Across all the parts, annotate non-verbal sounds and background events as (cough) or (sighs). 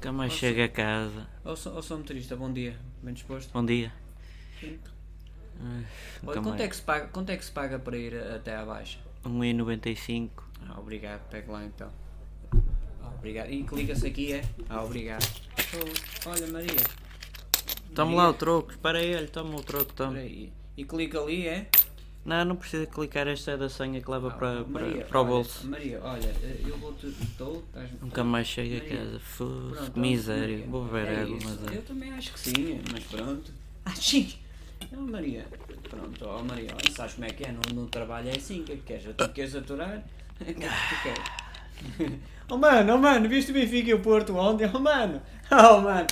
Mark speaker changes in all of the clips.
Speaker 1: Também
Speaker 2: Posso-
Speaker 1: chego a casa.
Speaker 2: Ou sou, ou sou motorista, bom dia, bem disposto.
Speaker 1: Bom então dia. Ah,
Speaker 2: Olha, quanto, é que se paga, quanto é que se paga para ir até à baixa?
Speaker 1: 1,95.
Speaker 2: Ah, obrigado, pega lá então. Ah, obrigado. E clica-se aqui, é? Ah, obrigado. Oh, olha, Maria.
Speaker 1: Então. Toma lá o troco. Espera aí, olha, toma o troco, toma.
Speaker 2: Peraí. E clica ali, é? Ah,
Speaker 1: Não, não precisa clicar. Esta é da senha que leva para, para,
Speaker 2: Maria,
Speaker 1: para o
Speaker 2: olha,
Speaker 1: bolso.
Speaker 2: Maria, olha, eh, eu vou-te. Dou, estás.
Speaker 1: Nunca mais chego a
Speaker 2: Maria,
Speaker 1: casa. Foda-se,
Speaker 2: Pronto,
Speaker 1: que miséria.
Speaker 2: Maria,
Speaker 1: Vou beber
Speaker 2: é
Speaker 1: água,
Speaker 2: isso.
Speaker 1: mas é.
Speaker 2: Eu também acho que sim, mas pronto. Ah, sim! Não, Maria. Pronto, ó Maria, ó, sabes como é que é? No, no trabalho é assim, o que é que queres? Tu queres aturar? (laughs) O que é que tu queres? (laughs) Oh mano, oh mano, viste o Benfica e o Porto ontem? Oh mano, (laughs) oh mano,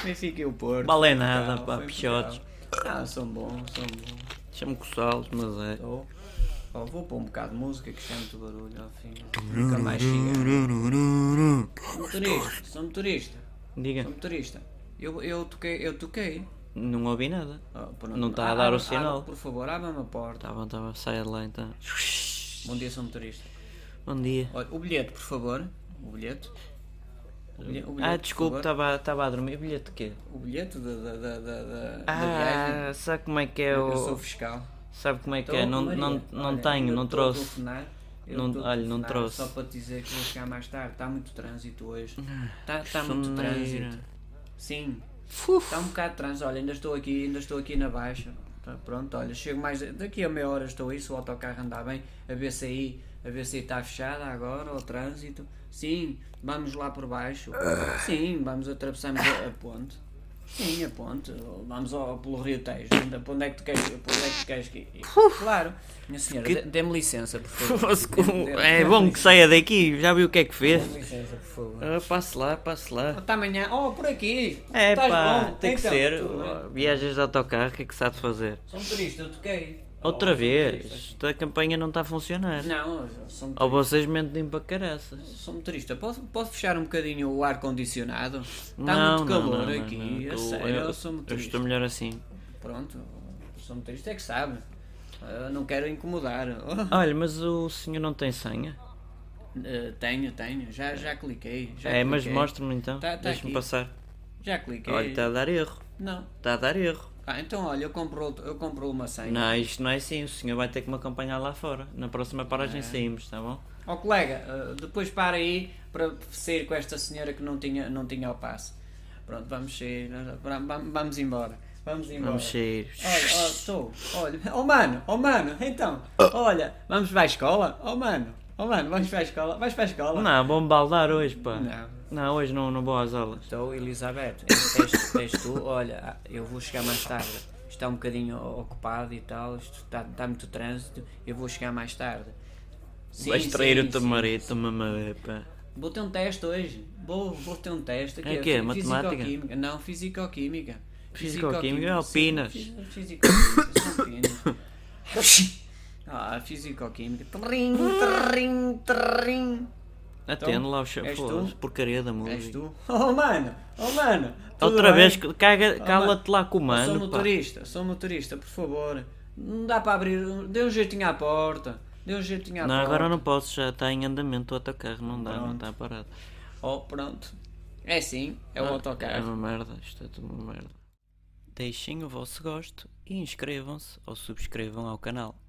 Speaker 2: o Benfica e o Porto.
Speaker 1: Vale é nada,
Speaker 2: Portugal,
Speaker 1: pá,
Speaker 2: foi
Speaker 1: pichotes.
Speaker 2: Portugal. Ah, são bons, são bons.
Speaker 1: Chamo com salto, mas é.
Speaker 2: Tô. Ó, vou pôr um bocado de música que chama muito barulho, ao fim. Nunca mais chega. Sou motorista, sou motorista. Sou
Speaker 1: Diga,
Speaker 2: É um motorista. Eu, eu toquei, eu toquei.
Speaker 1: não ouvi nada.
Speaker 2: Ah, pronto.
Speaker 1: Não tá a dar o
Speaker 2: Abra-
Speaker 1: sinal.
Speaker 2: abra, por favor, abra-me a porta.
Speaker 1: Tá bom, tá bom. Saia de lá então.
Speaker 2: Bom dia, sou motorista.
Speaker 1: Bom dia.
Speaker 2: Olha, o bilhete, por favor. O bilhete. O bilhe- o
Speaker 1: Ah,
Speaker 2: bilhete, por
Speaker 1: desculpe,
Speaker 2: favor.
Speaker 1: estava a dormir. Bilhete de quê?
Speaker 2: O bilhete da, da, da, da, da- da viagem.
Speaker 1: Ah, sabe como é que é
Speaker 2: Eu,
Speaker 1: o.
Speaker 2: sou fiscal.
Speaker 1: Sabe como é que
Speaker 2: Então,
Speaker 1: é? Não,
Speaker 2: Maria,
Speaker 1: não, não
Speaker 2: olha,
Speaker 1: tenho,
Speaker 2: eu
Speaker 1: não
Speaker 2: estou a
Speaker 1: trouxe.
Speaker 2: telefonar, eu
Speaker 1: Não-
Speaker 2: estou a
Speaker 1: olha, não
Speaker 2: telefonar
Speaker 1: trouxe.
Speaker 2: Só para te dizer que vou chegar mais tarde. Está muito trânsito
Speaker 1: (sighs)
Speaker 2: hoje. Está tá
Speaker 1: que
Speaker 2: muito
Speaker 1: soneira.
Speaker 2: trânsito. Sim.
Speaker 1: Fuf.
Speaker 2: Está um bocado de trânsito. Olha, ainda estou aqui, ainda estou aqui na baixa. Tá, Pronto, olha, chego mais. Daqui a meia hora estou aí, se o autocarro andar bem, a BCI, a BCI está tá fechada agora, o trânsito. Sim, vamos lá por baixo. Sim, vamos atravessamos a, a ponte. Sim, a ponte. Vamos ao, pelo Rio Tejo. Ainda Para onde é que tu queres, para onde é que tu queres que ir? Claro. Minha senhora, dê- dê-me licença, por (laughs) favor.
Speaker 1: (laughs) Fosse com-
Speaker 2: Dê-me-
Speaker 1: É
Speaker 2: dê-me
Speaker 1: bom que
Speaker 2: licença.
Speaker 1: saia daqui, já viu o que é que fez?
Speaker 2: Dê-me licença, por favor.
Speaker 1: Ah, passe lá, passe lá.
Speaker 2: Até amanhã. Oh, por aqui.
Speaker 1: É
Speaker 2: Estás
Speaker 1: pá,
Speaker 2: bom?
Speaker 1: tem que
Speaker 2: Então,
Speaker 1: ser.
Speaker 2: tudo bem.
Speaker 1: Viagens de autocarro, o que é que sabe fazer?
Speaker 2: Sou um motorista, eu toquei.
Speaker 1: Outra
Speaker 2: Oh,
Speaker 1: vez,
Speaker 2: motorista.
Speaker 1: esta campanha não está a funcionar.
Speaker 2: Não, eu sou um
Speaker 1: Ou
Speaker 2: motorista.
Speaker 1: vocês mentem para caraças.
Speaker 2: Sou um motorista. Posso, posso fechar um bocadinho o ar-condicionado? Está
Speaker 1: Não,
Speaker 2: Tá muito
Speaker 1: não,
Speaker 2: calor
Speaker 1: não, não,
Speaker 2: aqui.
Speaker 1: não,
Speaker 2: a
Speaker 1: eu-
Speaker 2: sério, eu, sou um
Speaker 1: eu
Speaker 2: motorista.
Speaker 1: estou melhor assim.
Speaker 2: Pronto, sou motorista é que sabe. Eu não quero incomodar. (laughs) Oh,
Speaker 1: Olha, mas o senhor não tem senha?
Speaker 2: eh, tenho, tenho. Já, já cliquei. Já
Speaker 1: É, mas
Speaker 2: cliquei.
Speaker 1: mostre-me então,
Speaker 2: Tá- tá
Speaker 1: deixa-me
Speaker 2: aqui.
Speaker 1: passar.
Speaker 2: Já cliquei.
Speaker 1: Olha, tá. está a dar erro,
Speaker 2: Não.
Speaker 1: está a dar erro.
Speaker 2: Ah, então olha, eu compro, outro- eu compro uma senha.
Speaker 1: Não, isto não é assim, o senhor vai ter que me acompanhar lá fora. Na próxima
Speaker 2: É.
Speaker 1: paragem saímos, está bom?
Speaker 2: Ó colega, eh, depois para aí para sair com esta senhora que não tinha, não tinha o passe. Pronto, vamos sair, nós- vam- vam- vamos embora. Vamos embora.
Speaker 1: Vamos sair.
Speaker 2: Olha, ó, estou. Olha, oh mano, oh mano, então, olha, vamos para a escola? Oh mano, oh mano, vamos para a escola? Vais para a escola?
Speaker 1: Não, vou-me baldar hoje, pá.
Speaker 2: Não.
Speaker 1: Não, hoje não, não vou às aulas.
Speaker 2: Estou, Elizabeth, és, és tu, olha, eu vou chegar mais tarde. Está um bocadinho ocupado e tal, isto está, está muito trânsito, eu vou chegar mais tarde. Sim,
Speaker 1: Vais trair
Speaker 2: sim,
Speaker 1: o teu
Speaker 2: sim.
Speaker 1: marido, toma me pá.
Speaker 2: Vou ter um teste hoje. Vou, vou ter um teste.
Speaker 1: É quê? Matemática?
Speaker 2: Físico-química. Não, fisicoquímica.
Speaker 1: Fisicoquímica?
Speaker 2: Fisicoquímica,
Speaker 1: Oh,
Speaker 2: sim.
Speaker 1: pinas.
Speaker 2: Fisi- Fisicoquímica, são pinas. Ah, fisicoquímica. Trim, trim, trim.
Speaker 1: Atende lá o chefe.
Speaker 2: Então, és tu?
Speaker 1: foda-se, Porcaria da
Speaker 2: És
Speaker 1: música.
Speaker 2: tu? Oh, mano! Oh, mano! tudo
Speaker 1: Outra
Speaker 2: bem?
Speaker 1: vez, que- caga- cala-te lá com o
Speaker 2: Eu Sou
Speaker 1: mano, pá.
Speaker 2: motorista, sou motorista, por favor. Não dá para abrir. Dê um jeitinho à porta. Dê um jeitinho à
Speaker 1: Não,
Speaker 2: porta.
Speaker 1: agora não posso, já está em andamento o autocarro, não dá, não
Speaker 2: Pronto.
Speaker 1: está parado.
Speaker 2: Oh, pronto. É sim, é o
Speaker 1: Ah, É
Speaker 2: autocarro.
Speaker 1: uma merda, isto é tudo uma merda. Deixem o vosso gosto e inscrevam-se ou subscrevam ao canal.